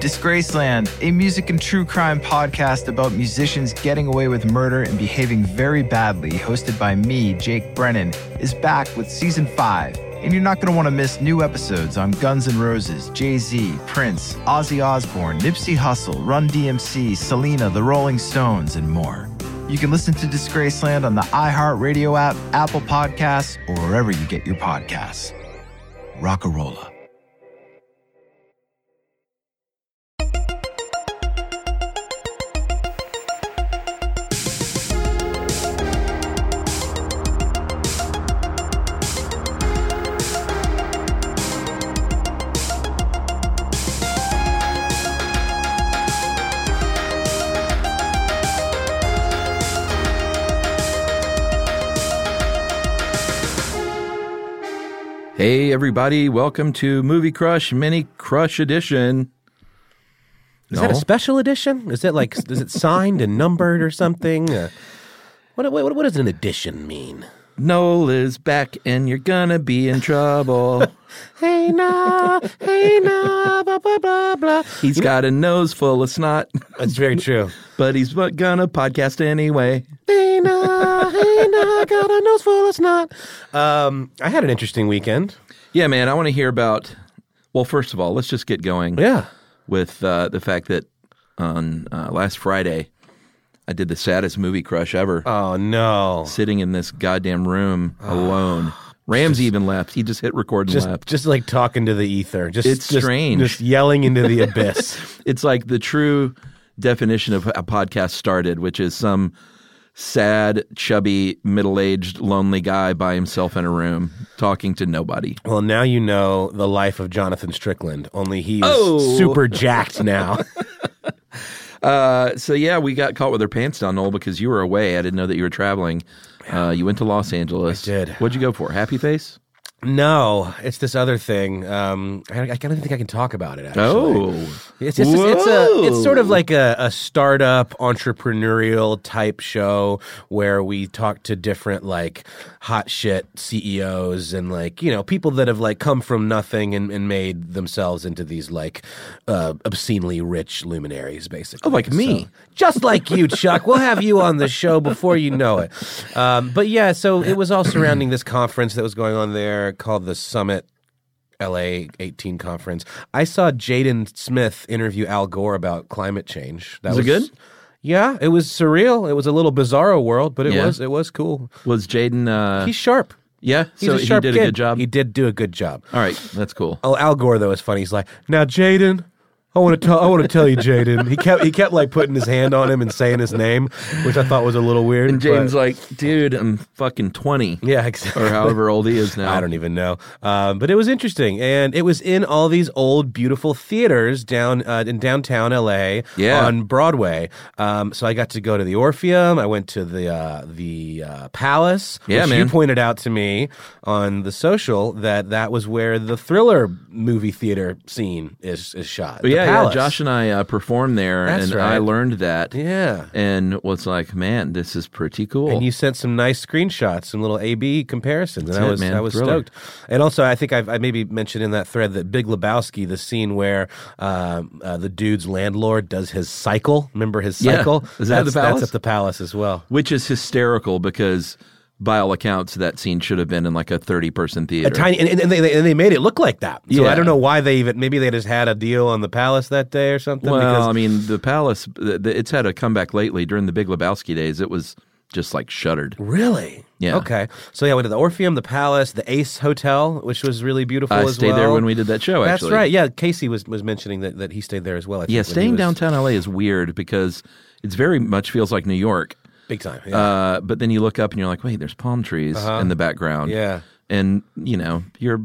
Disgraceland, a music and true crime podcast about musicians getting away with murder and behaving very badly, hosted by me, Jake Brennan, is back with season five. And you're not going to want to miss new episodes on Guns N' Roses, Jay Z, Prince, Ozzy Osbourne, Nipsey Hussle, Run DMC, Selena, The Rolling Stones, and more. You can listen to Disgraceland on the iHeartRadio app, Apple Podcasts, or wherever you get your podcasts. Rockarola. Hey, everybody, welcome to Movie Crush Mini Crush Edition. Is that a special edition? Is it like is it signed and numbered or something? Uh, what, what what does an edition mean? Noel is back and you're gonna be in trouble. Hey na, hey na, blah blah blah blah. He's got a nose full of snot, That's very true. but he's bu- gonna podcast anyway. Hey na, hey na, got a nose full of snot. Um, I had an interesting weekend. Yeah, man, I want to hear about. Well, first of all, let's just get going Yeah. with uh, the fact that on uh, last Friday, I did the saddest movie crush ever. Oh no. sitting in this goddamn room alone. Ramsey even left. He just hit record and Just left. just like talking to the ether. Just It's just- strange. Just yelling into the abyss. it's like the true definition of a podcast started, which is some sad, chubby, middle-aged, lonely guy by himself in a room talking to nobody. Well, now you know the life of Jonathan Strickland. Only he is Oh. super jacked now. Uh, so yeah, we got caught with our pants down, Noel, because you were away. I didn't know that you were traveling. Uh, you went to Los Angeles. I did. What'd you go for? Happy face? No, it's this other thing. Um, I, I don't even think I can talk about it. Actually. Oh, it's it's, it's a it's sort of Whoa. like a, a startup entrepreneurial type show where we talk to different like hot shit CEOs and like you know people that have like come from nothing and, and made themselves into these like uh, obscenely rich luminaries, basically. Oh, like me. So- just like you, Chuck. We'll have you on the show before you know it. Um, but yeah, so it was all surrounding this conference that was going on there called the Summit LA 18 conference. I saw Jaden Smith interview Al Gore about climate change. That Was it good? Yeah, it was surreal. It was a little bizarro world, but it Yeah. was it was cool. was Jaden? Uh, He's sharp. yeah, He's so a he sharp did a kid. good job. He did do a good job. All right, that's cool. Oh, Al Gore though is funny. He's like, "Now, Jaden, I want to tell I want to tell you, Jaden." He kept he kept like putting his hand on him and saying his name, which I thought was a little weird. And Jaden's but- like, dude, I'm fucking 20 "Yeah, exactly." or however old he is now. I don't even know. Um, but it was interesting. And it was in all these old, beautiful theaters down uh, in downtown LA Yeah. on Broadway. Um, so I got to go to the Orpheum. I went to the uh, the uh, Palace. Yeah, which You man. pointed out to me on the social that that was where the thriller movie theater scene is, is shot. But the yeah, yeah, Palace. Josh and I uh, performed there, That's and right. I learned that. Yeah. And was like, man, this is pretty cool. And you sent some nice screenshots and little A/B comparisons, and That's I it, was man. I was Thriller. stoked. And also, I think I've, I maybe mentioned in that thread that Big Lebowski, the scene where um, uh, the dude's landlord does his cycle. Remember his Yeah. cycle? Is that at the That's- palace? That's at the palace as well. Which is hysterical because, by all accounts, that scene should have been in like a 30 person theater. A tiny, and, and, they, and they made it look like that. So Yeah. I don't know why they even. Maybe they just had a deal on the palace that day or something. well, because I mean, the Palace, th- th- it's had a comeback lately during the Big Lebowski days. It was just like shuttered. Really? Yeah. Okay. So yeah, I went to the Orpheum, the Palace, the Ace Hotel, which was really beautiful I as stayed well. there when we did that show, Oh, actually. That's right. Yeah, Casey was, was mentioning that, that he stayed there as well. I think, Yeah, when he staying was- downtown LA is weird because it's very much feels like New York. big time. Yeah. Uh, but then you Uh-huh. look up and you're like, wait, there's palm trees in the background. Yeah. And, you know, you're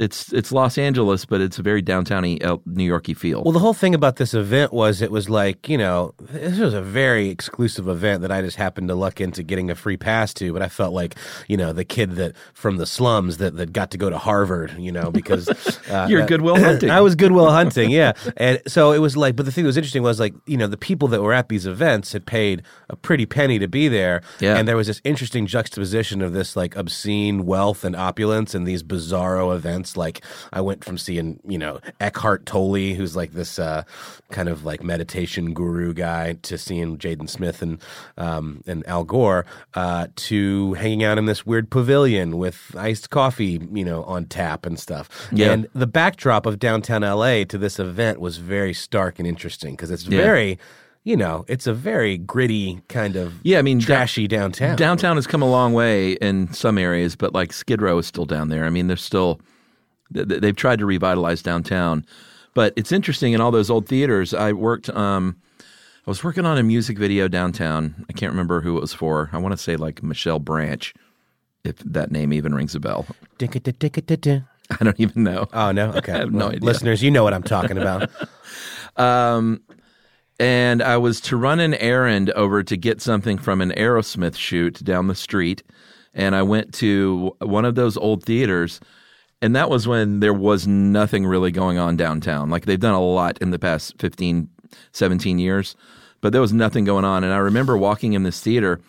it's it's Los Angeles, but it's a very downtowny uh, New Yorky feel. Well, the whole thing about this event was it was like, you know, this was a very exclusive event that I just happened to luck into getting a free pass to, but I felt like, you know, the kid that from the slums that, that got to go to Harvard, you know, because uh, You're that- Goodwill Hunting. I was Goodwill Hunting, yeah. And so it was like, but the thing that was interesting was like, you know, the people that were at these events had paid a pretty penny to be there. Yeah. And there was this interesting juxtaposition of this like obscene wealth and opulence and these bizarro events. Like I went from seeing, you know, Eckhart Tolle, who's like this uh, kind of like meditation guru guy, to seeing Jaden Smith and um, and Al Gore, uh, to hanging out in this weird pavilion with iced coffee, you know, on tap and stuff. Yeah. And the backdrop of downtown LA to this event was very stark and interesting because it's Yeah. very, you know, it's a very gritty kind of Yeah, I mean, da- trashy downtown. Downtown has come a long way in some areas, but like Skid Row is still down there. I mean, they're still th- th- they've tried to revitalize downtown, but it's interesting in all those old theaters. I worked, um, I was working on a music video downtown. I can't remember who it was for. I want to say like Michelle Branch, if that name even rings a bell. Dicka-dicka-dicka-dicka. I don't even know. Oh no, okay. have no idea. Listeners, you know what I'm talking about. and I was to run an errand over to get something from an Aerosmith shoot down the street. And I went to one of those old theaters. And that was when there was nothing really going on downtown. Like they've done a lot in the past 15, 17 years, but there was nothing going on. And I remember walking in this theater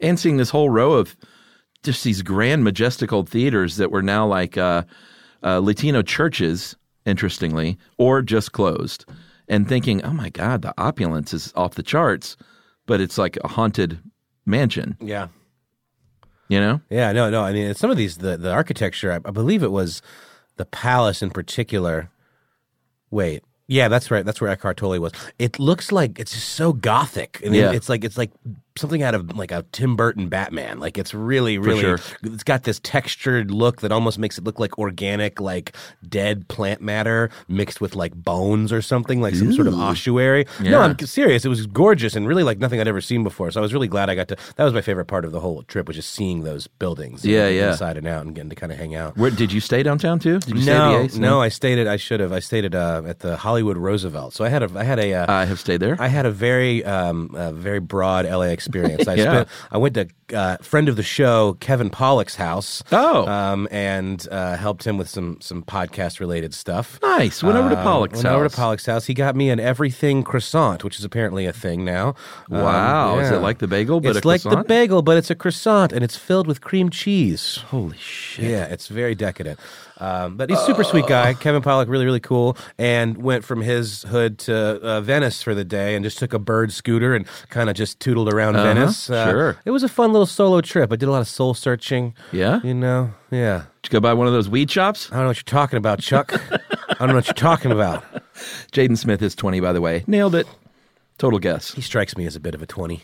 and seeing this whole row of just these grand, majestic old theaters that were now like uh, uh, Latino churches, interestingly, or just closed, and thinking, oh my God, the opulence is off the charts, but it's like a haunted mansion, yeah. you know? Yeah, no, no. I mean, some of these, the, the architecture, I, I believe it was the palace in particular. Wait. Yeah, that's right. That's where Eckhart Tolle was. It looks like it's just so gothic. I mean, Yeah. it's like it's like something out of like a Tim Burton Batman. Like it's really, really. sure. It's got this textured look that almost makes it look like organic, like dead plant matter mixed with like bones or something, like some sort of ossuary. No, Yeah. I'm serious. It was gorgeous and really like nothing I'd ever seen before. So I was really glad I got to. That was my favorite part of the whole trip was just seeing those buildings. Yeah, and yeah. Inside and out and getting to kind of hang out. Where, did you stay downtown too? Did you No, stay at the Ace? no, I stayed at. I should have. I stayed at uh, at the Hollywood Roosevelt. So I had a. I had a. Uh, I have stayed there. I had a very, um, uh very broad LA experience. I Yeah. spent. I went to uh, friend of the show Kevin Pollock's house. Oh. um, and uh, helped him with some some podcast related stuff. nice. Oh, Went over to Um, Pollock's went over to house. Pollock's house. He got me an everything croissant, which is apparently a thing now. Um, Wow. Is yeah. it like the bagel, but it's a like the croissant? bagel, but it's a croissant and it's filled with cream cheese. Holy shit. Yeah, it's very decadent. Um, but he's a super sweet Oh. guy. Kevin Pollock, really, really cool. And went from his hood to uh, Venice for the day and just took a bird scooter and kind of just tootled around Uh-huh, Venice. Uh, sure. It was a fun little solo trip. I did a lot of soul searching. Yeah? You know? Yeah. Did you go by one of those weed shops? I don't know what you're talking about, Chuck. I don't know what you're talking about. Jaden Smith is 20, by the way. Nailed it. Total guess. He strikes me as a bit of a 20.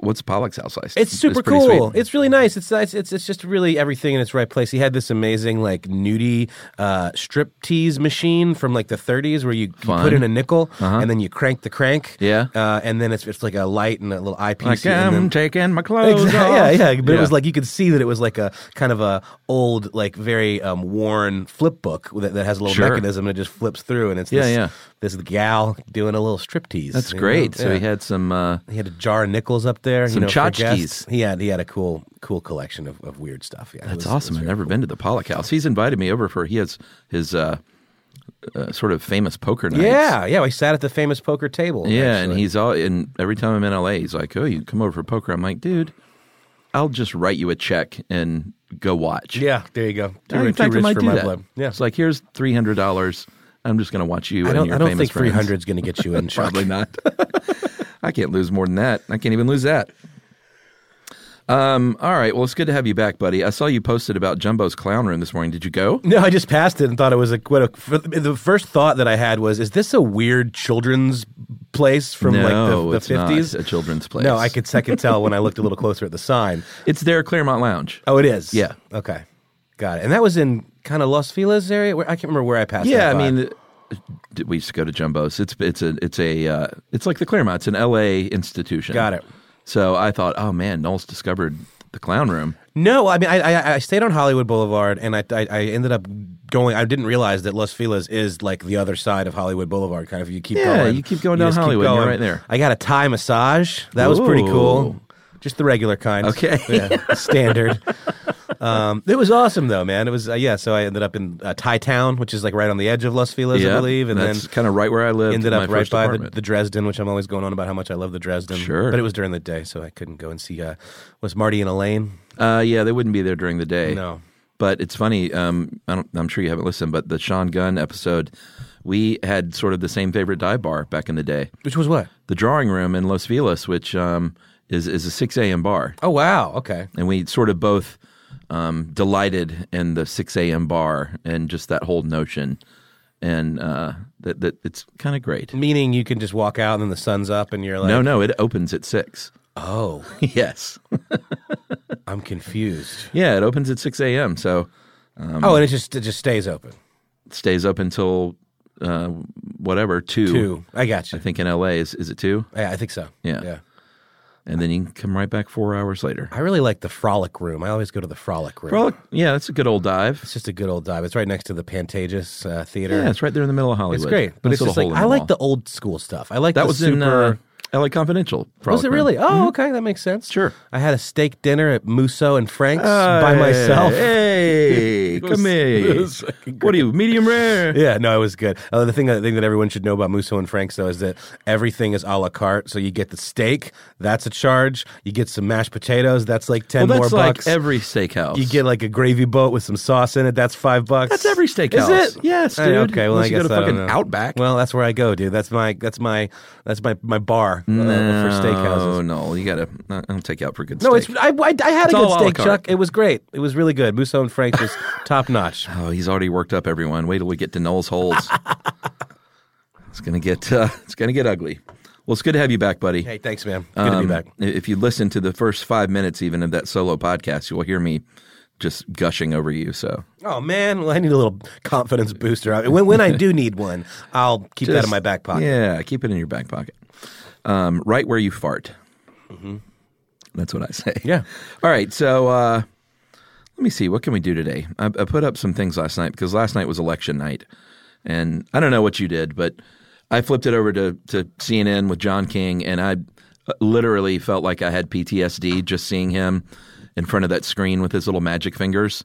What's Pollock's house like? It's super pretty sweet. cool. It's really nice. It's nice. It's it's just really everything in its right place. He had this amazing like nudie uh, strip tease machine from like the 30s where you, you Fun. Uh-huh. put in a nickel and then you crank the crank. Yeah. uh, and then it's it's like a light and a little Like, eyepiece. and I'm then- taking my clothes Exactly. off. Yeah, yeah. But it was like you could see that it was like a kind of a old, like very um, worn flip book that, that has a little Sure. mechanism and it just flips through, and it's Yeah, this, yeah. this gal doing a little strip tease. That's great. So he had some. Uh, He had a jar of nickels up there. Some you know, for tchotchkes. guests. He had he had a cool cool collection of, of weird stuff. Yeah, it that's was- it awesome. was I've very- never been to the Pollock house. He's invited me over for. He has his uh, uh, sort of famous poker nights. Yeah, yeah. We sat at the famous poker table. yeah. And actually. he's all. And every time I'm in LA, he's like, "Oh, you come over for poker." I'm like, "Dude, I'll just write you a check and go watch." yeah. There you go. Too, I, ri- in too fact, I rich might for do my that. blood. Yeah. It's like here's three hundred dollars. I'm just going to watch you I and don't. your I don't famous think three friends. hundred is going to get you in. Chuck. Probably not. I can't lose more than that. I can't even lose that. Um, all right. Well, it's good to have you back, buddy. I saw you posted about Jumbo's Clown Room this morning. Did you go? No, I just passed it and thought it was a. What a for, the first thought that I had was, is this a weird children's place from No, like it's the- the not fifties? a children's place. No, I could second tell when I looked a little closer at the sign. It's their Claremont Lounge. Oh, it is. Yeah. Okay. Got it. And that was in kind of Los Feliz area. Where, I can't remember where I passed. yeah, I that by. mean, uh, d- we used to go to Jumbo's. It's it's a it's a uh, it's like the Claremont. It's an L.A. institution. Got it. So I thought, oh man, Knowles discovered the clown room. No, I mean, I, I I stayed on Hollywood Boulevard, and I, I I ended up going. I didn't realize that Los Feliz is like the other side of Hollywood Boulevard. Kind of, you keep Yeah, going. you keep going down just Hollywood, you're right there. I got a Thai massage. That was pretty cool. Ooh. Just the regular kind. Okay. yeah, standard. Um, it was awesome though, man. It was uh, yeah. So I ended up in uh, Thai Town, which is like right on the edge of Los Feliz, I believe, and that's then kind of right where I lived. ended my up right first by the, apartment. the Dresden, which I'm always going on about how much I love the Dresden. Sure. but it was during the day, so I couldn't go and see. Uh, was Marty and Elaine? Uh, yeah, they wouldn't be there during the day. No. But it's funny. Um, I don't, I'm sure you haven't listened, but the Sean Gunn episode, we had sort of the same favorite dive bar back in the day, Which was what? the Drawing Room in Los Feliz, which um, is is a 6 a.m. bar, Oh wow. Okay. and we sort of both um, delighted in the 6 a.m. bar and just that whole notion, and uh, that that it's kind of great. Meaning you can just walk out and then the sun's up and you're like, no, no, it opens at six. oh, yes. I'm confused. Yeah, it opens at 6 a.m. So Um, oh, and it just it just stays open. it stays up until uh, whatever, two. Two. I got you. I think in LA is is it two? yeah, I think so. Yeah. Yeah. And then you can come right back four hours later. I really like the frolic room. I always go to the frolic room. Frolic, yeah, that's a good old dive. It's just a good old dive. It's right next to the Pantages uh, Theater. Yeah, it's right there in the middle of Hollywood. It's great, but Nice it's just little like hole in I like wall. the old school stuff. I like that the was super, in uh, LA Confidential. was Frolic it Room. really? Oh, okay, that makes sense. Oh, Sure. I had a steak dinner at Musso and Frank's by myself. Hey, come was- here. it was fucking What are you, medium rare? Yeah, no, it was good. Uh, the thing, the thing that everyone should know about Musso and Frank's though is that everything is a la carte. So you get the steak, that's a charge. You get some mashed potatoes, that's like Well, ten that's more like bucks. every steakhouse. you get uh, like a gravy boat with some sauce in it, that's five bucks. That's every steakhouse. Is it? Yes, Eh, dude. okay, well Unless I you go guess to I don't fucking know. Outback. Well, that's where I go, dude. That's my that's my that's my my bar uh, for Oh steakhouses. no, you gotta. I don't take you out for good. No, it's steak. I, I, I had It's a all a good la steak, carte. Chuck. It was great. It was really good. Musso and Frank's was top notch. Oh, he's already worked up everyone. Wait till we get to Noel's holes. it's gonna get uh, it's gonna get ugly. Well, it's good to have you back, buddy. Hey, thanks, man. Good to be Um, back. If you listen to the first five minutes even of that solo podcast, you will hear me just gushing over you. So Oh man, well I need a little confidence booster. I- When when I do need one, I'll keep that in Just- my back pocket. Yeah, keep it in your back pocket, um, right where you fart. That's what I say. Mm-hmm. Yeah. All right. So uh, let me see. What can we do today? I, I put up some things last night because last night was election night, and I don't know what you did, but I flipped it over to to CNN with John King, and I uh, literally felt like I had PTSD just seeing him in front of that screen with his little magic fingers,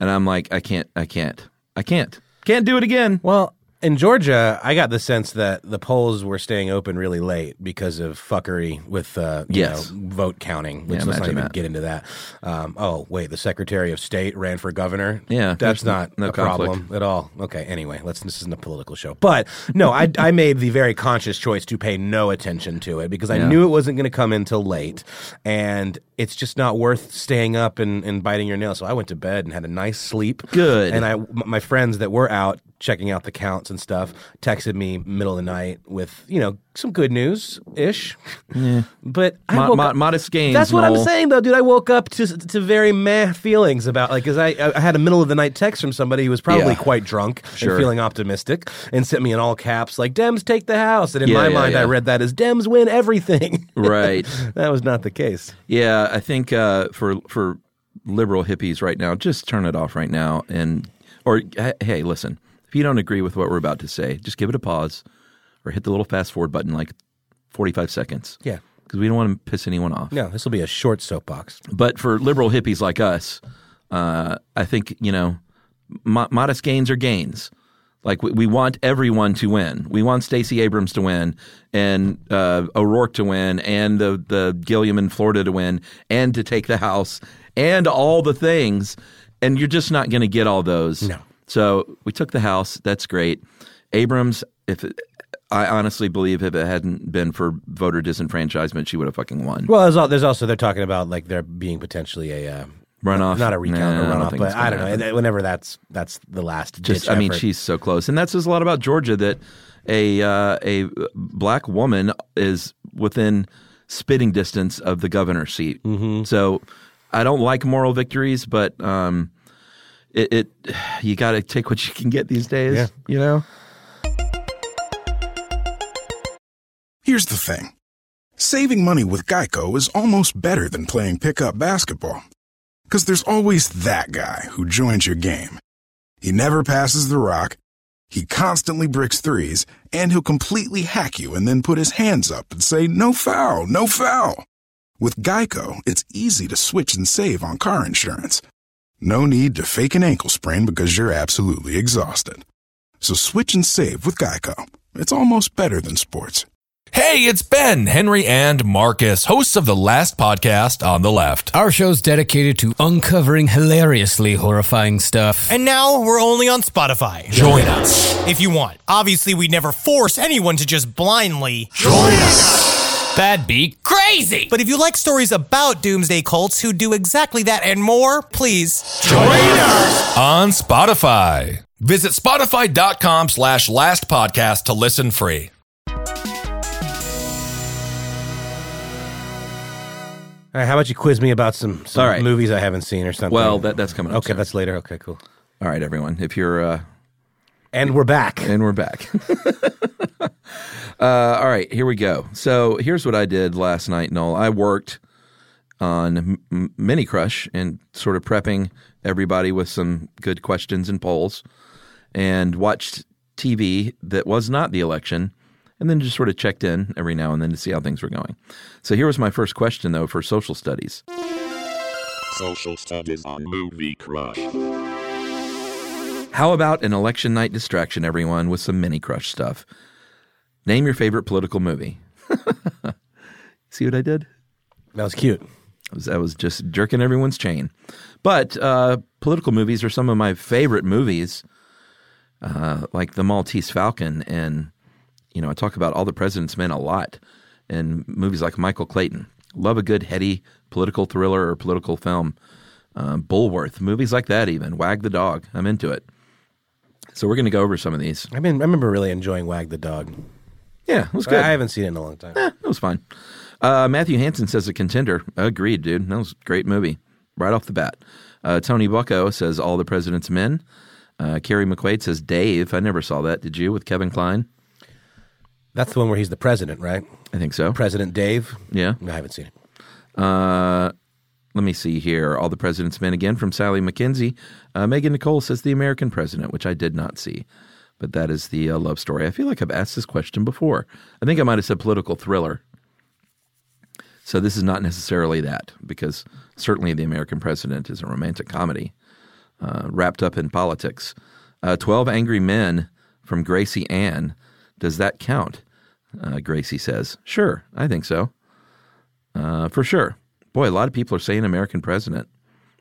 and I'm like, I can't, I can't, I can't, can't do it again. Well, in Georgia, I got the sense that the polls were staying open really late because of fuckery with uh, you Yes. know, vote counting. Which Yeah, let's not imagine even that. get into that. Um, oh wait, the Secretary of State ran for governor. Yeah, that's there's not no a conflict. problem at all. Okay, anyway, let's. This isn't a political show, but no, I I made the very conscious choice to pay no attention to it because I knew it wasn't going to come in till late, and it's just not worth staying up and, and biting your nails. So I went to bed and had a nice sleep. Good. And I, m- my friends that were out checking out the counts and stuff texted me middle of the night with you know some good news ish. But I Mo- woke mo- up- modest gains. That's what I'm Noel. saying though, dude. I woke up to to very meh feelings about like because I I had a middle of the night text from somebody who was probably Yeah. quite drunk Sure. and feeling optimistic and sent me in all caps like Dems take the house and in Yeah, my yeah, mind I yeah. read that as Dems win everything. Right. that was not the case. Yeah, I think uh, for for liberal hippies right now, just turn it off right now. And or h- hey, listen, if you don't agree with what we're about to say, just give it a pause or hit the little fast forward button like forty five seconds. Yeah. because we don't want to piss anyone off. No, this will be a short soapbox. But for liberal hippies like us, uh, I think you know, mo- modest gains are gains. Like we, we want everyone to win. We want Stacey Abrams to win, and uh, O'Rourke to win, and the the Gilliam in Florida to win, and to take the House, and all the things. And you're just not going to get all those. No. So we took the House. That's great. Abrams, if it, I honestly believe if it hadn't been for voter disenfranchisement, she would have fucking won. Well, there's, al- there's also they're talking about like there being potentially a. Uh, Runoff. Not a recount, Nah, I a don't runoff, think but it's gonna I don't know. happen. and Whenever that's that's the last. just ditch I mean effort. she's so close, and that says a lot about Georgia that a uh, a black woman is within spitting distance of the governor's seat. Mm-hmm. So I don't like moral victories, but um, it, it you got to take what you can get these days. Yeah. You know, Here's the thing Saving money with Geico is almost better than playing pickup basketball. Because there's always that guy who joins your game. He never passes the rock, he constantly bricks threes, and he'll completely hack you and then put his hands up and say, No foul, no foul. With Geico, it's easy to switch and save on car insurance. No need to fake an ankle sprain because you're absolutely exhausted. So switch and save with Geico. It's almost better than sports. Hey, it's Ben, Henry, and Marcus, hosts of the last podcast on the left. Our show's dedicated to uncovering hilariously horrifying stuff. And now we're only on Spotify. Join us. If you want. Obviously, we never force anyone to just blindly. That'd be crazy! But if you like stories about doomsday cults who do exactly that and more, please. On Spotify. Visit spotify.com slash last podcast to listen free. All right, how about you quiz me about some, some All right. movies I haven't seen or something? Well, that, that's coming up. okay, that's later. Okay, cool. All right, everyone. If you're, uh, And we're back. and we're back. uh, all right, here we go. So here's what I did last night, Noel. I worked on M- M- Mini Crush and sort of prepping everybody with some good questions and polls, and watched TV that was not the election, and then just sort of checked in every now and then to see how things were going. So here was my first question, though, for social studies. Social studies on Movie Crush. How about an election night distraction, everyone, with some mini crush stuff? Name your favorite political movie. See what I did? That was cute. I was, I was just jerking everyone's chain. But uh, political movies are some of my favorite movies, uh, like The Maltese Falcon. And, you know, I talk about All the President's Men a lot and movies like Michael Clayton. Love a good, heady political thriller or political film. Um, Bullworth, movies like that, even. Wag the Dog. I'm into it. So we're going to go over some of these. I mean, I remember really enjoying Wag the Dog. Yeah, it was I good. I haven't seen it in a long time. Eh, that was fine. Uh, Matthew Hansen says a contender. Agreed, dude. That was a great movie right off the bat. Uh, Tony Bucco says All the President's Men. Uh, Carrie McQuaid says Dave. I never saw that. Did you with Kevin Klein? That's the one where he's the president, right? I think so. President Dave. yeah. No, I haven't seen it. Uh, let me see here. All the President's Men again from Sally McKenzie. Uh, Megan Nicole says The American President, which I did not see. But that is the uh, love story. I feel like I've asked this question before. I think I might have said political thriller. So this is not necessarily that, because certainly The American President is a romantic comedy uh, wrapped up in politics. Uh, 12 Angry Men from Gracie Ann. Does that count? Uh, Gracie says, Sure, I think so. Uh, for sure. Boy, a lot of people are saying American president.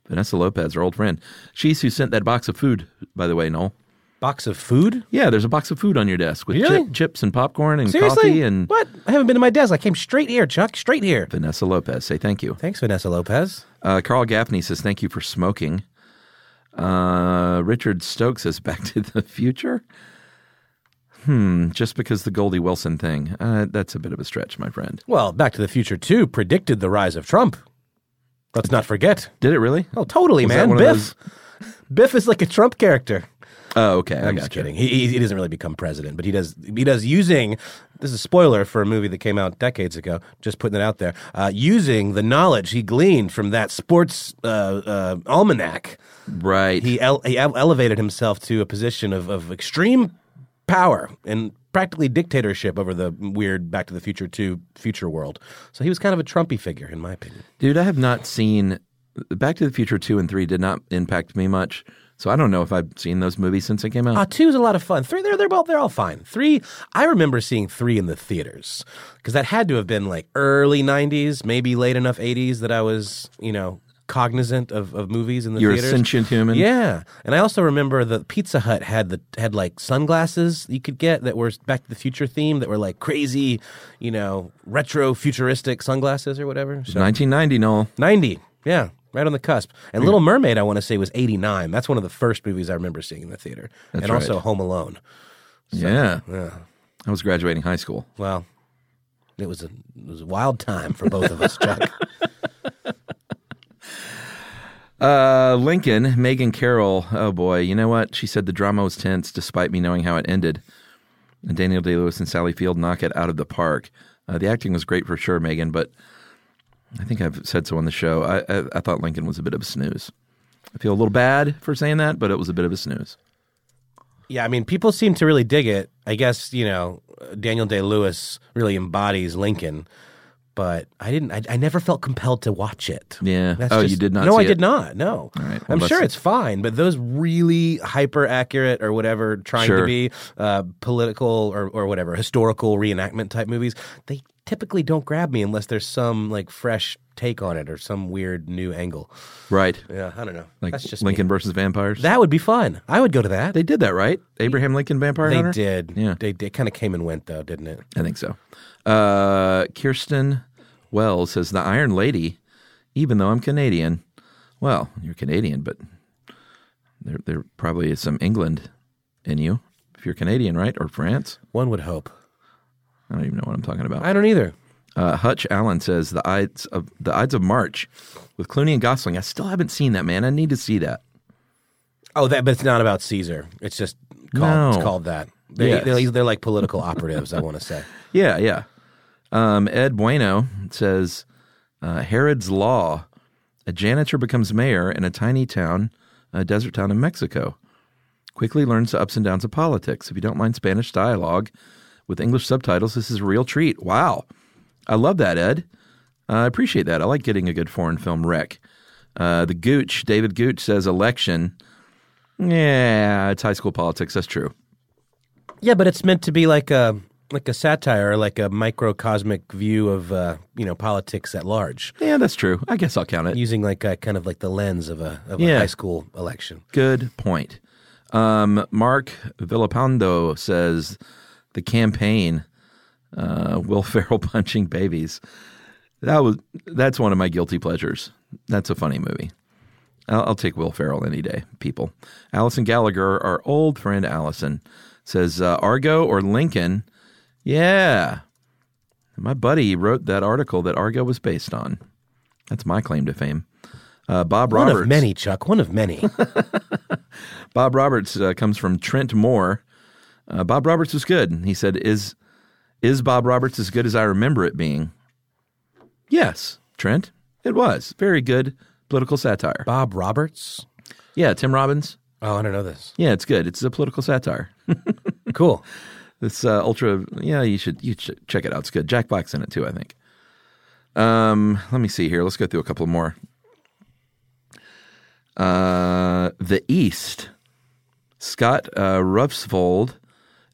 Vanessa Lopez, our old friend. She's who sent that box of food, by the way, Noel. Box of food? Yeah, there's a box of food on your desk with Really? chip, chips and popcorn and Seriously? coffee and what? I haven't been to my desk. I came straight here, Chuck. Straight here. Vanessa Lopez. Say thank you. Thanks, Vanessa Lopez. Uh, Carl Gaffney says thank you for smoking. Uh, Richard Stokes says back to the future. Hmm, just because the Goldie Wilson thing. Uh, that's a bit of a stretch, my friend. Well, Back to the Future 2 predicted the rise of Trump. Let's not forget. Did it really? Oh, totally, Was that man. one Biff. of those- Biff is like a Trump character. Oh, okay. I I'm got just kidding. He, he he doesn't really become president, but he does. He does using this is a spoiler for a movie that came out decades ago. Just putting it out there. Uh, using the knowledge he gleaned from that sports uh, uh, almanac, Right. he ele- he ele- elevated himself to a position of, of extreme power and practically dictatorship over the weird Back to the Future two future world. So he was kind of a Trumpy figure, in my opinion. Dude, I have not seen Back to the Future 2 and 3 did not impact me much. So I don't know if I've seen those movies since they came out. Ah, two's a lot of fun. Three, they're they're both they're all fine. Three, I remember seeing three in the theaters because that had to have been like early '90s, maybe late enough '80s that I was, you know, cognizant of, of movies in the You're theaters. a sentient human. Yeah, and I also remember the Pizza Hut had the had like sunglasses you could get that were Back to the Future theme that were like crazy, you know, retro futuristic sunglasses or whatever. So 1990, Noel. ninety, yeah. Right on the cusp, and Hmm. Little Mermaid, I want to say, was eighty nine. That's one of the first movies I remember seeing in the theater, and right. also Home Alone. yeah. I was graduating high school. Well, it was a it was a wild time for both of us, Chuck. Uh, Lincoln, Megan Carroll. Oh boy, you know what? She said the drama was tense despite me knowing how it ended. And Daniel Day Lewis and Sally Field knock it out of the park. Uh, the acting was great for sure, Megan, but I think I've said so on the show. I, I, I thought Lincoln was a bit of a snooze. I feel a little bad for saying that, but it was a bit of a snooze. Yeah, I mean, people seem to really dig it. I guess you know Daniel Day Lewis really embodies Lincoln, but I didn't. I, I never felt compelled to watch it. Yeah. Oh, you did not No, see I it? did not. No. right. Well, I'm that's- sure it's fine, but those really hyper accurate or whatever trying Sure. to be uh, political or or whatever historical reenactment type movies, they typically don't grab me unless there's some like fresh take on it or some weird new angle. Right. Yeah, I don't know. Like That's just me. Lincoln versus vampires. That would be fun. I would go to that. they did that, right? Abraham Lincoln Vampire They Hunter? did. Yeah. They, they kind of came and went, though, didn't it? I think so. Uh, Kirsten Wells says the Iron Lady, even though I'm Canadian. Well, you're Canadian, but there there probably is some England in you if you're Canadian, right? Or France? One would hope. I don't even know what I'm talking about. I don't either. Uh, Hutch Allen says the Ides of the Ides of March with Clooney and Gosling. I still haven't seen that, man. I need to see that. Oh, that, but it's not about Caesar. It's just called, No. it's called that. They, Yes. they're, they're like political operatives, I want to say. Yeah, yeah. Um, Ed Bueno says uh, Herod's Law: A janitor becomes mayor in a tiny town, a desert town in Mexico. Quickly learns the ups and downs of politics. If you don't mind Spanish dialogue with English subtitles, this is a real treat. Wow, I love that, Ed. Uh, I appreciate that. I like getting a good foreign film rec. Uh, the Gooch, David Gooch says election. Yeah, it's high school politics. That's true. Yeah, but it's meant to be like a like a satire, like a microcosmic view of uh, you know politics at large, Yeah, that's true. I guess I'll count it. using like a, kind of like the lens of a of Yeah. a high school election. Good point. Um, Mark Villapando says the campaign, uh, Will Ferrell punching babies. That was that's one of my guilty pleasures. That's a funny movie. I'll, I'll take Will Ferrell any day. People, Allison Gallagher, our old friend Allison, says uh, Argo or Lincoln. Yeah, my buddy wrote that article that Argo was based on. That's my claim to fame. Uh, Bob One Roberts. of many, Chuck. One of many. Bob Roberts uh, comes from Trent Moore. Uh, Bob Roberts was good. He said, "Is is Bob Roberts as good as I remember it being?" Yes, Trent, it was very good political satire. Bob Roberts. Yeah, Tim Robbins. Oh, I don't know this. Yeah, it's good. It's a political satire. Cool. It's uh, ultra. Yeah, you should you should check it out. It's good. Jack Black's in it too, I think. Um, let me see here. Let's go through a couple more. Uh, the East. Scott uh, Ruffsvold.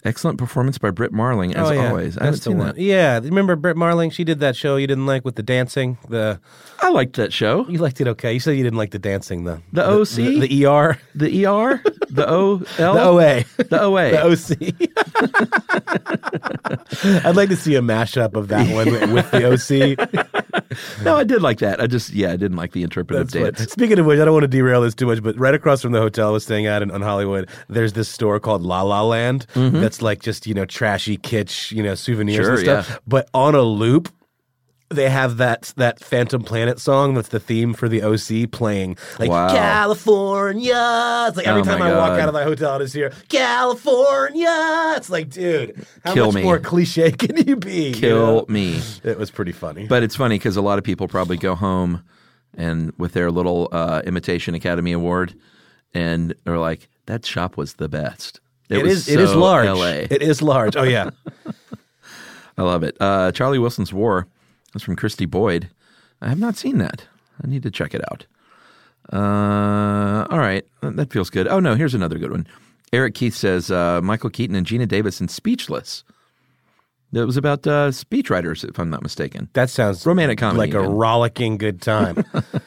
Excellent performance by Britt Marling as oh, yeah. always. I haven't That's the seen one. that. Yeah, remember Britt Marling? She did that show you didn't like with the dancing. The I liked that show. you liked it okay. You said you didn't like the dancing. The The OC? the, the ER, The ER, the OL, the OA, the OA. the OC. I'd like to see a mashup of that one with the OC. No, I did like that. I just yeah, I didn't like the interpretive That's what- dance. Speaking of which, I don't want to derail this too much, but right across from the hotel I was staying at in, on Hollywood, there's this store called La La Land that's like just you know trashy kitsch, you know souvenirs and Mm-hmm. Sure, stuff. yeah. But on a loop, they have that that Phantom Planet song that's the theme for the OC playing like Wow. California. It's like every Oh time my I walk God. out of my hotel, I just hear California. It's like, dude, how Kill much me. more cliche can you be? you Kill know? me. It was pretty funny. But it's funny because a lot of people probably go home and with their little uh, imitation Academy Award and are like, that shop was the best. it was is it is so large. LA. It is large. Oh yeah. I love it. Uh, Charlie Wilson's War. That's from Christy Boyd. I have not seen that. I need to check it out. Uh, all right, That- that feels good. Oh no, here's another good one. Eric Keith says uh, Michael Keaton and Gina Davis in Speechless. That was about uh, speechwriters, if I'm not mistaken. That sounds Romantic comedy, like a even. rollicking good time.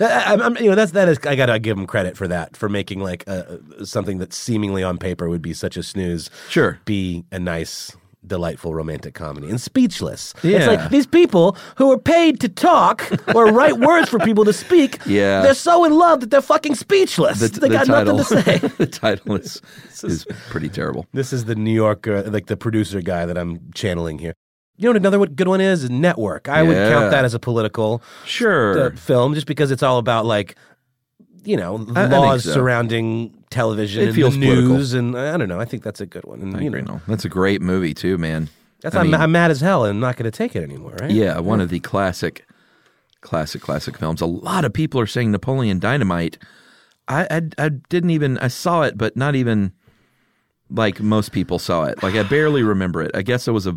I, I'm, you know, that's that is. I gotta give him credit for that for making like uh, something that seemingly on paper would be such a snooze. Sure. be a nice, delightful romantic comedy and speechless. Yeah. It's like these people who are paid to talk or write words for people to speak. Yeah. they're so in love that they're fucking speechless. they got nothing to say. the title is is pretty terrible. This is the New Yorker, like the producer guy that I'm channeling here. You know what another good one is? Network. I would Yeah. count that as a political uh, Sure, film just because it's all about like, you know, I think laws so. surrounding television It and feels the news and I don't know. I think that's a good one. And, I you agree, know, Noel. That's a great movie too, man. That's I I'm, mean- I'm mad as hell and I'm not going to take it anymore, right? Yeah, one of the classic, classic, classic films. A lot of people are saying Napoleon Dynamite. I, I, I didn't even I saw it, but not even like most people saw it. Like I barely remember it. I guess it was a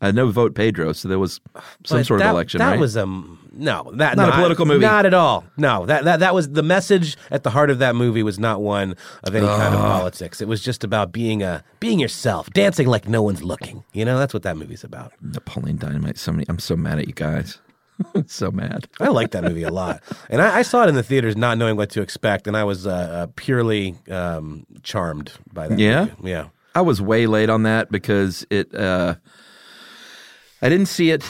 I know vote Pedro, so there was some But sort that, of election. That right? was um no that Not a no, I- political movie. Not at all. No that, that that was the message at the heart of that movie was not one of any kind of Ah. politics. It was just about being a being yourself, dancing like no one's looking. You know that's what that movie's about. Napoleon Dynamite. So many. I'm so mad at you guys. so mad. I like that movie a lot, and I, I saw it in the theaters not knowing what to expect, and I was uh, uh, purely um, charmed by that. Yeah? movie. yeah. I was way late on that because it. Uh, I didn't see it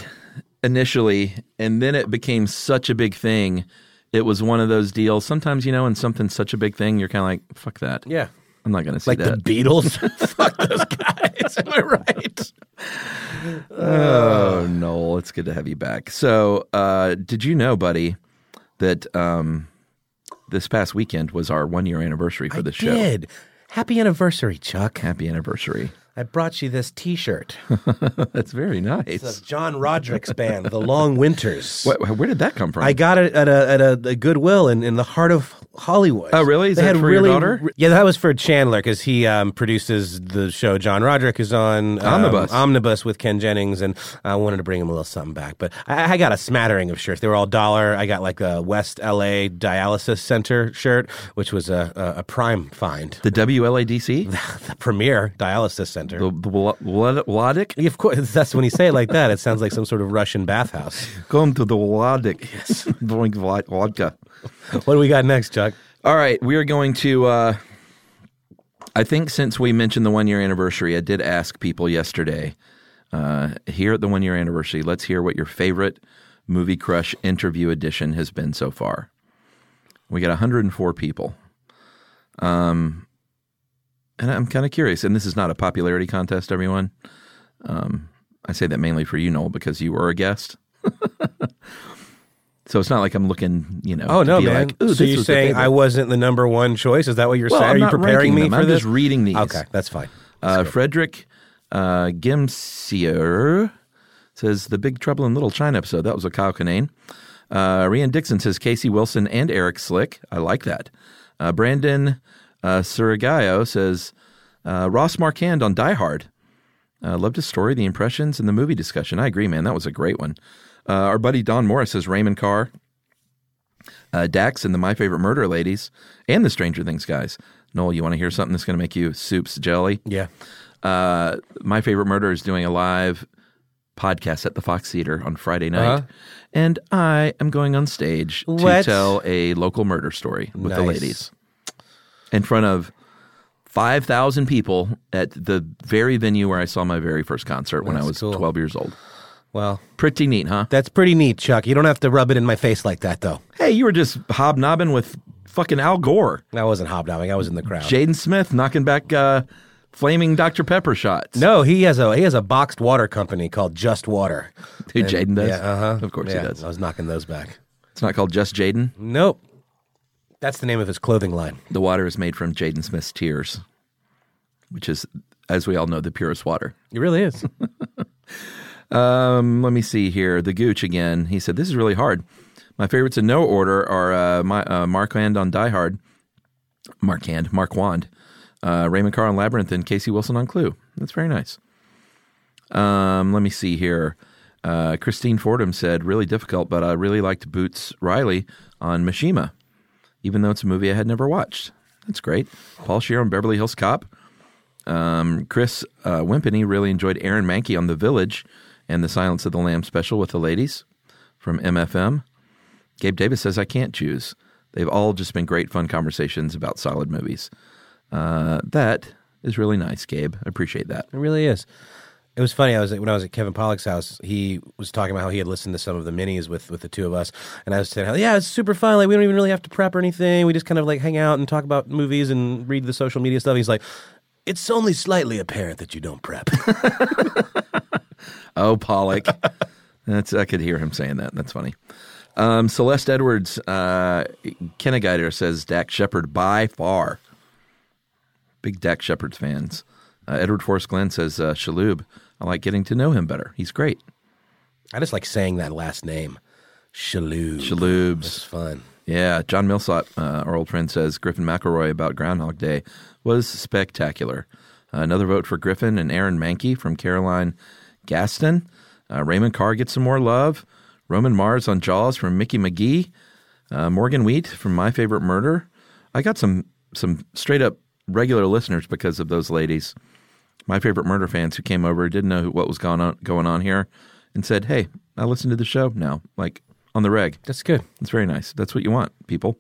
initially, and then it became such a big thing. It was one of those deals. Sometimes you know, when something's such a big thing, you're kind of like, "Fuck that." Yeah. I'm not going to see Like that. the Beatles. Fuck those guys. Am I right? oh, Noel, it's good to have you back. So, uh, did you know, buddy, that um, this past weekend was our one year anniversary for the show? Did. Happy anniversary, Chuck. Happy anniversary. I brought you this T-shirt. That's very It's nice. a John Roderick's band, The Long Winters. Wh- where did that come from? I got it at a at a, a Goodwill in, in the heart of Hollywood. Oh, really? Is They that had for your really, daughter? Yeah, that was for Chandler because he um, produces the show. John Roderick is on um, Omnibus. Omnibus with Ken Jennings, and I wanted to bring him a little something back. But I, I got a smattering of shirts. They were all dollar. I got like a West LA Dialysis Center shirt, which was a a, a prime find. the WLADC? The premier dialysis center. The, the Wla- Wla- Wladik? Yeah, of course, that's when you say it like that. It sounds like some sort of Russian bathhouse. Come to the Wladik. Yes. Drink vod- vodka. What do we got next, Chuck? All right. We are going to. Uh, I think since we mentioned the one year anniversary, I did ask people yesterday uh, here at the one year anniversary, let's hear what your favorite movie crush interview edition has been so far. We got 104 people. Um, and I'm kind of curious, and this is not a popularity contest, everyone. Um, I say that mainly for you, Noel, because you were a guest. so it's not like I'm looking, you know. Oh to no, be man! Like, "Ooh, so this you're was the saying favorite." I wasn't the number one choice? Is that what you're Well, saying? I'm Are you not preparing ranking me them. for I'm this? just reading these. Okay, that's fine. Uh, Frederick uh, Gimsier says the Big Trouble in Little China episode. That was a Kyle Kinane. Uh, Rian Dixon says Casey Wilson and Eric Slick. I like that. Uh, Brandon uh, Suragayo says uh, Ross Marquand on Die Hard. Uh, loved his story, the impressions, and the movie discussion. I agree, man. That was a great one. Uh, our buddy Don Morris says Raymond Carr, uh, Dax, and the My Favorite Murder Ladies, and the Stranger Things guys. Noel, you want to hear something that's going to make you soups jelly? Yeah, uh, my favorite murder is doing a live podcast at the Fox Theater on Friday night, and I am going on stage to What? tell a local murder story with the Nice. ladies in front of five thousand people at the very venue where I saw my very first concert when I That's was cool. twelve years old. Well, Pretty neat, huh? that's pretty neat, Chuck. You don't have to rub it in my face like that, though. Hey, you were just hobnobbing with fucking Al Gore, I wasn't hobnobbing. I was in the crowd. Jaden Smith knocking back uh, flaming Dr Pepper shots. no, he has a he has a boxed water company called Just Water. who Jaden does? Yeah, uh huh. Of course he does. I was knocking those back. It's not called just Jaden. Nope, that's the name of his clothing line. The water is made from Jaden Smith's tears, which is, as we all know, the purest water. It really is. Um, let me see here. The Gooch again. He said, This is really hard. My favorites in no order are uh, my, uh, Mark Hand on Die Hard, Mark Hand, Mark Wand, uh, Raymond Carr on Labyrinth, and Casey Wilson on Clue. That's very nice. Um, let me see here. Uh, Christine Fordham said, Really difficult, but I really liked Boots Riley on Mishima, even though it's a movie I had never watched. That's great. Paul Shear on Beverly Hills Cop. Chris uh, Wimpany really enjoyed Aaron Mankey on The Village and the Silence of the Lamb special with the ladies from MFM. Gabe Davis says, I can't choose. They've all just been great, fun conversations about solid movies. Uh, that is really nice, Gabe. I appreciate that. It really is. It was funny. I was at- when I was at Kevin Pollock's house. He was talking about how he had listened to some of the minis with with the two of us, and I was saying, how, "Yeah, it's super fun. Like we don't even really have to prep or anything. We just kind of like hang out and talk about movies and read the social media stuff." He's like, "It's only slightly apparent that you don't prep." Oh, Pollock. That's I could hear him saying that. That's funny. Um, Celeste Edwards, uh, Kennegator says Dak Shepard by far. Big Dak Shepard's fans. Uh, Edward Forrest Glenn says uh, Shaloub. I like getting to know him better. He's great. I just like saying that last name, Shaloub. It's Shaloub's. fun. Yeah, John Millsop, uh, our old friend, says Griffin McElroy about Groundhog Day was spectacular. Uh, another vote for Griffin and Aaron Mankey from Caroline Gaston. Uh, Raymond Carr gets some more love. Roman Mars on Jaws from Mickey McGee. Uh, Morgan Wheat from My Favorite Murder. I got some some straight up regular listeners because of those ladies. My favorite murder fans who came over didn't know what was going on going on here, and said, "Hey, I listened to the show now, like on the reg." That's good. It's very nice. That's what you want, people.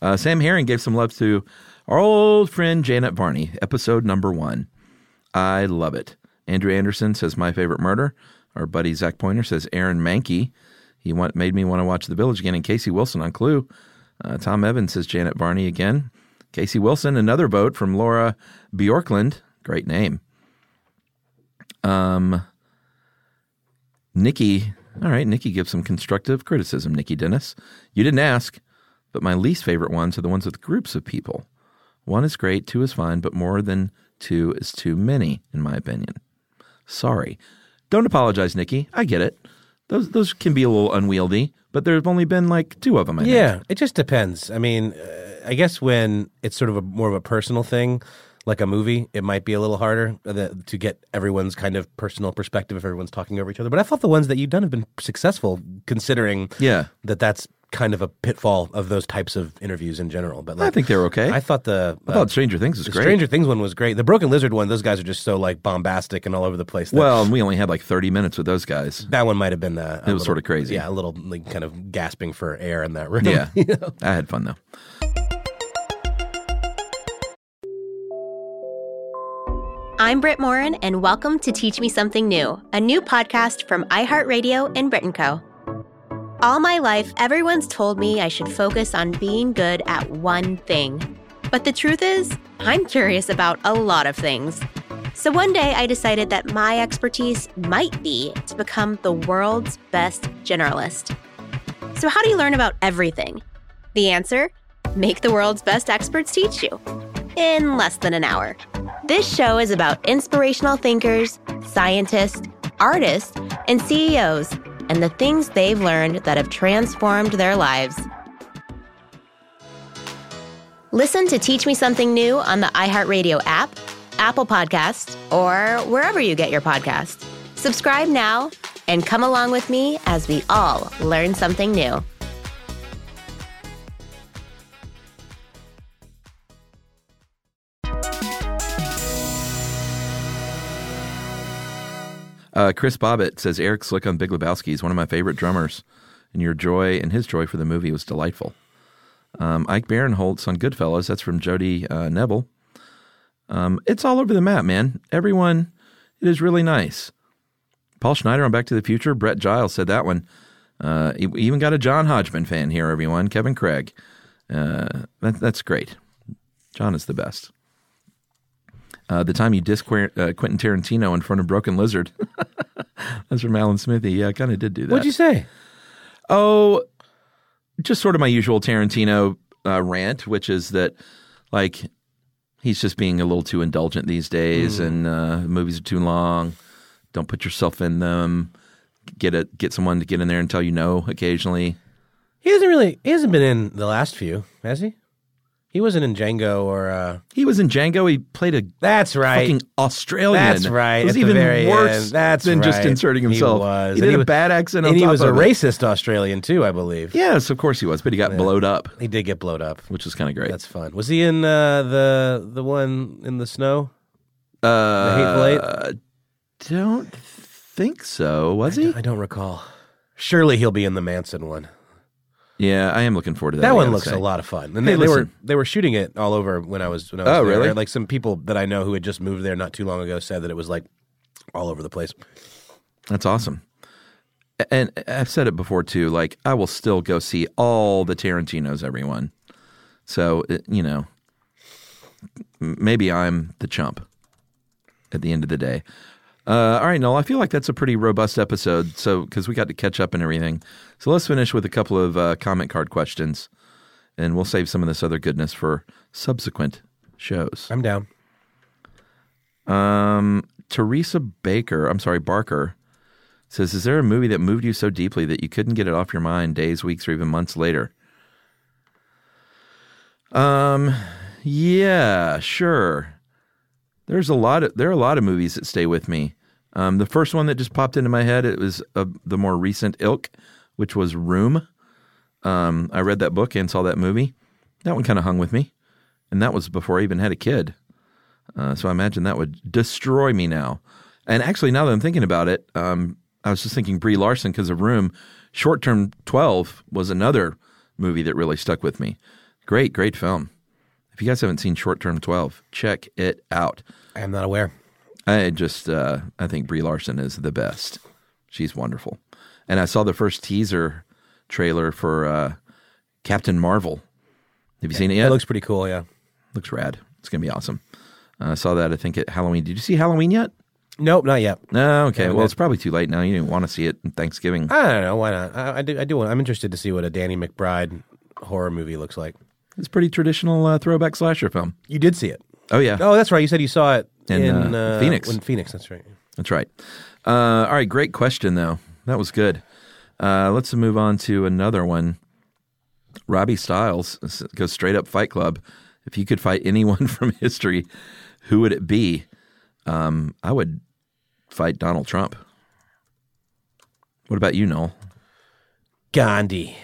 Uh, Sam Herring gave some love to our old friend Janet Varney, episode number one. I love it. Andrew Anderson says my favorite murder. Our buddy Zach Pointer says Aaron Mankey. He want, made me want to watch The Village again. And Casey Wilson on Clue. Uh, Tom Evans says Janet Varney again. Casey Wilson, another vote from Laura Bjorklund. Great name. Um, Nikki, all right, Nikki gives some constructive criticism, Nikki Dennis. You didn't ask, but my least favorite ones are the ones with groups of people. One is great, two is fine, but more than two is too many, in my opinion. Sorry. Don't apologize, Nikki. I get it. Those those can be a little unwieldy, but there have only been like two of them. I think. Yeah, it just depends. I mean, uh, I guess when it's sort of a more of a personal thing, like a movie, it might be a little harder that, to get everyone's kind of personal perspective if everyone's talking over each other. But I thought the ones that you've done have been successful, considering Yeah. that that's kind of a pitfall of those types of interviews in general. But like, I think they're okay. I thought the I uh, thought Stranger Things was the great. Stranger Things one was great. The Broken Lizard one, those guys are just so like bombastic and all over the place. that- well, and we only had like 30 minutes with those guys. That one might have been uh, a It was little- sorta crazy. Yeah, a little like, kind of gasping for air in that room. Yeah. you know? I had fun though. I'm Britt Morin, and welcome to Teach Me Something New, a new podcast from iHeartRadio and Brit and Co. All my life, everyone's told me I should focus on being good at one thing. But the truth is, I'm curious about a lot of things. So one day I decided that my expertise might be to become the world's best generalist. So, how do you learn about everything? The answer make the world's best experts teach you in less than an hour. This show is about inspirational thinkers, scientists, artists, and CEOs, and the things they've learned that have transformed their lives. Listen to Teach Me Something New on the iHeartRadio app, Apple Podcasts, or wherever you get your podcasts. Subscribe now and come along with me as we all learn something new. Uh, Chris Bobbitt says Eric Slick on Big Lebowski is one of my favorite drummers, and your joy and his joy for the movie was delightful. Um, Ike Barinholtz on Goodfellas, that's from Jody uh, Neville. Um, it's all over the map, man. Everyone, it is really nice. Paul Schneider on Back to the Future, Brett Giles said that one. Uh, e- we even got a John Hodgman fan here, everyone. Kevin Craig. Uh, that, that's great. John is the best. Uh, the time you dissed Quer- uh, Quentin Tarantino in front of Broken Lizard. That's from Alan Smithy. Yeah, I kind of did do that. What'd you say? Oh, just sort of my usual Tarantino uh, rant, which is that, like, he's just being a little too indulgent these Hmm. days, and uh, movies are too long. Don't put yourself in them. Get a get someone to get in there and tell you no occasionally. He hasn't really. He hasn't been in the last few, has he? He wasn't in Django or. uh He was in Django. He played a That's right. fucking Australian. That's right. It was At the even very worse end. That's than just right. inserting He himself. was. did And he a was- bad accent. on and he top was a of it. racist Australian too, I believe. Yes, of course he was, but he got blowed up, He did get blowed up. which is kind of great. That's fun. Was he in uh, the the one in the snow? uh, The Hateful Don't think so. Was he? I don't recall. Surely he'll be in the Manson one. Yeah, I am looking forward to that. That I one gotta looks say. a lot of fun. And Hey, they, they were listen. they were shooting it all over when I was when I was Oh, there. really? Like some people that I know who had just moved there not too long ago said that it was like all over the place. That's awesome. A- And I've said it before too. Like I will still go see all the Tarantino's, everyone. So it- you know, m- maybe I'm the chump at the end of the day. Uh, all right, Noel. I feel like that's a pretty robust episode. So because we got to catch up and everything. So let's finish with a couple of uh, comment card questions, and we'll save some of this other goodness for subsequent shows. I'm down. Um, Teresa Baker, I'm sorry, Barker says, "Is there a movie that moved you so deeply that you couldn't get it off your mind days, weeks, or even months later?" Um, yeah, sure. There's a lot of there are a lot of movies that stay with me. Um, the first one that just popped into my head it was uh, the more recent ilk, which was Room. Um, I read that book and saw that movie. That one kind of hung with me, and that was before I even had a kid. Uh, so I imagine that would destroy me now. And actually, now that I'm thinking about it, um, I was just thinking Brie Larson because of Room. Short Term 12 was another movie that really stuck with me. Great, great film. If you guys haven't seen Short Term 12, check it out. I am not aware. I just, uh, I think Brie Larson is the best. She's wonderful. And I saw the first teaser trailer for uh, Captain Marvel. Have you seen it yet? It looks pretty cool, yeah. Looks rad. It's gonna be awesome. Uh, I saw that. I think at Halloween. Did you see Halloween yet? Nope, not yet. No. Oh, Okay. well, good. it's probably too late now. You didn't want to see it in Thanksgiving. I don't know why not. I, I do. I do. I'm interested to see what a Danny McBride horror movie looks like. It's a pretty traditional uh, throwback slasher film. You did see it. Oh yeah, Oh, that's right. You said you saw it In, in, uh, Phoenix. In Phoenix, that's right. that's right. Uh, all right. Great question though. That was good. Uh, let's move on to another one. Robbie Styles s- goes straight up Fight Club. If you could fight anyone from history, who would it be? Um, I would fight Donald Trump. What about you, Noel? Gandhi.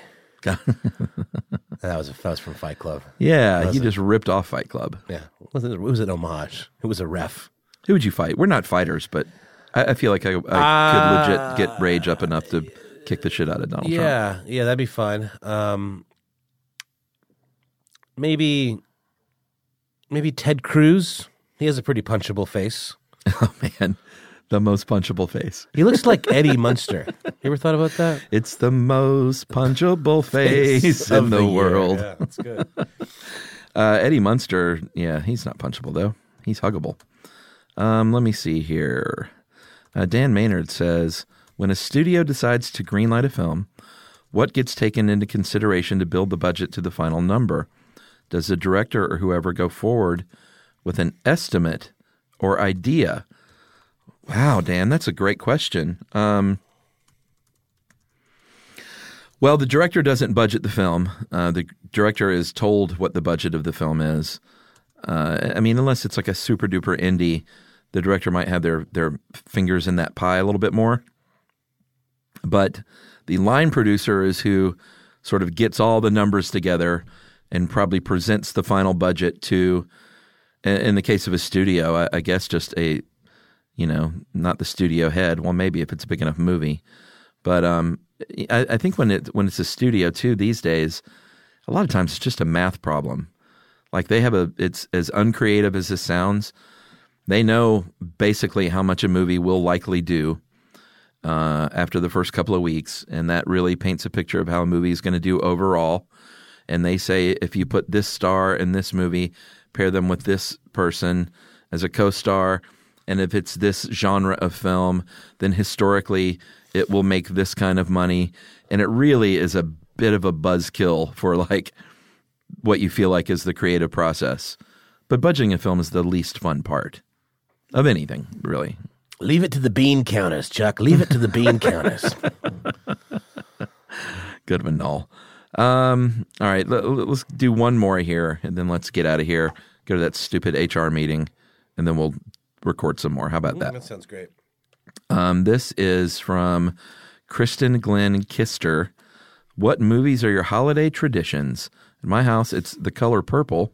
that was that was from Fight Club. Yeah, you just ripped off Fight Club. Yeah, it was, it was an homage. It was a ref. Who would you fight? We're not fighters, but I, I feel like I, I could Uh, legit get rage up enough to kick the shit out of Donald Trump. yeah, yeah, that'd be fun. Um, maybe, maybe Ted Cruz. He has a pretty punchable face. Oh man, the most punchable face. He looks like Eddie Munster. You ever thought about that? It's the most punchable face Of in the, year. world. Yeah, that's good. Uh, Eddie Munster, yeah, he's not punchable though. He's huggable. Um, let me see here. Uh, Dan Maynard says, when a studio decides to greenlight a film, what gets taken into consideration to build the budget to the final number? Does the director or whoever go forward with an estimate or idea? Wow, Dan, that's a great question. Um, well, the director doesn't budget the film. Uh, the director is told what the budget of the film is. Uh, I mean, unless it's like a super duper indie, the director might have their their fingers in that pie a little bit more. But the line producer is who sort of gets all the numbers together and probably presents the final budget to. in- In the case of a studio, I, I guess just a, you know, not the studio head. Well, maybe if it's a big enough movie, but um, I, I think when it when it's a studio too these days, a lot of times it's just a math problem. Like they have a it's as uncreative as this sounds. They know basically how much a movie will likely do uh, after the first couple of weeks, and that really paints a picture of how a movie is going to do overall. And they say if you put this star in this movie, pair them with this person as a co-star, and if it's this genre of film, then historically it will make this kind of money. And it really is a bit of a buzzkill for like what you feel like is the creative process. But budgeting a film is the least fun part of anything, really. Leave it to the bean counters, Chuck. Leave it to the bean counters. Good one, Noel. Um, all right, let, us do one more here, and then let's get out of here. Go to that stupid HR meeting, and then we'll record some more. How about that? Mm, sounds great. Um, this is from Kristen Glenn Kister. What movies are your holiday traditions? In my house, it's The Color Purple.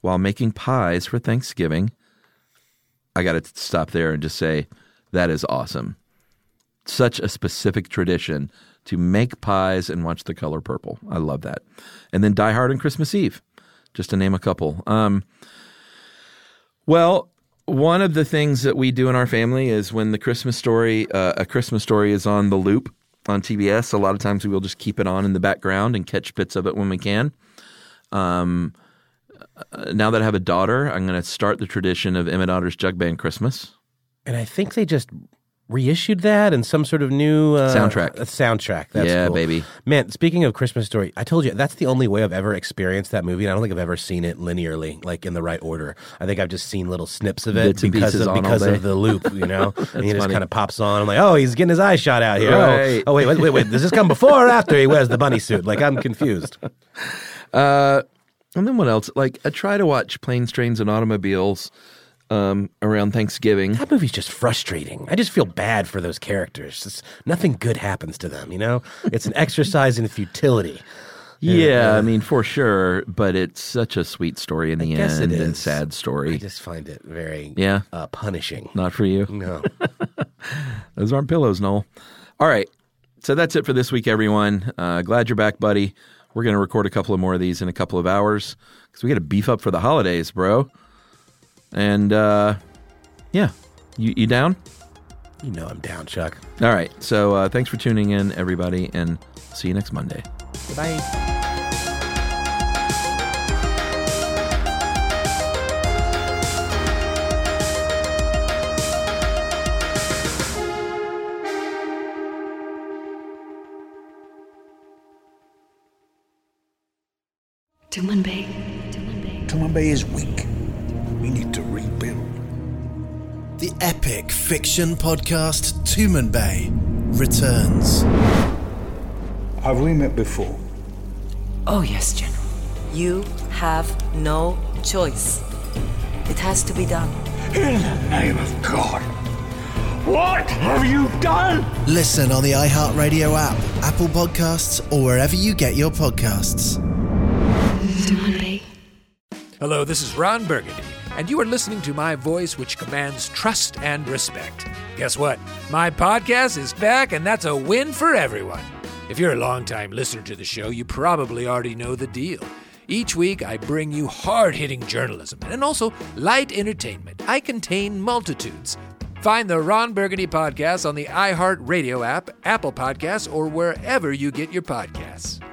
While making pies for Thanksgiving, I got to stop there and just say that is awesome. Such a specific tradition to make pies and watch The Color Purple. I love that. And then Die Hard on Christmas Eve, just to name a couple. Um, well, one of the things that we do in our family is when the Christmas story, uh, a Christmas story is on the loop on TBS, a lot of times we will just keep it on in the background and catch bits of it when we can. Um, uh, now that I have a daughter, I'm going to start the tradition of Emma Daughter's Jug Band Christmas. And I think they just reissued that and some sort of new uh, Soundtrack. a soundtrack. That's Yeah, cool. baby. Man, speaking of Christmas Story, I told you that's the only way I've ever experienced that movie. And I don't think I've ever seen it linearly, like in the right order. I think I've just seen little snips of it Bits and because pieces of on all because day. of the loop. You know, and he just funny. kind of pops on. I'm like, oh, he's getting his eye shot out here. Oh, Right. Oh, wait, wait, wait, wait. Does this come before or after he wears the bunny suit? Like, I'm confused. Uh, And then what else? Like I try to watch planes, trains, and automobiles um, around Thanksgiving. That movie's just frustrating. I just feel bad for those characters. It's, nothing good happens to them, you know? It's an exercise in futility. Yeah, I mean for sure, but it's such a sweet story in the guess it end and is. sad I story. just find it very Yeah. uh, punishing. Not for you. No. Those aren't pillows, Noel. All right. So that's it for this week, everyone. Uh, glad you're back, buddy. We're going to record a couple of more of these in a couple of hours because we got to beef up for the holidays, bro. And uh, yeah, you, you down? you know I'm down, Chuck. All right. So uh, thanks for tuning in, everybody, and see you next Monday. Toowoomba. Toowoomba is weak. We need to rebuild. The epic fiction podcast Toowoomba returns. Have we met before? Oh, yes, General. You have no choice. It has to be done. In the name of God, what have you done? Listen on the iHeartRadio app, Apple Podcasts, or wherever you get your podcasts. Hello, this is Ron Burgundy, and you are listening to my voice, which commands trust and respect. Guess what? My podcast is back, and that's a win for everyone. If you're a longtime listener to the show, you probably already know the deal. Each week, I bring you hard hitting journalism and also light entertainment. I contain multitudes. Find the Ron Burgundy podcast on the iHeartRadio app, Apple Podcasts, or wherever you get your podcasts.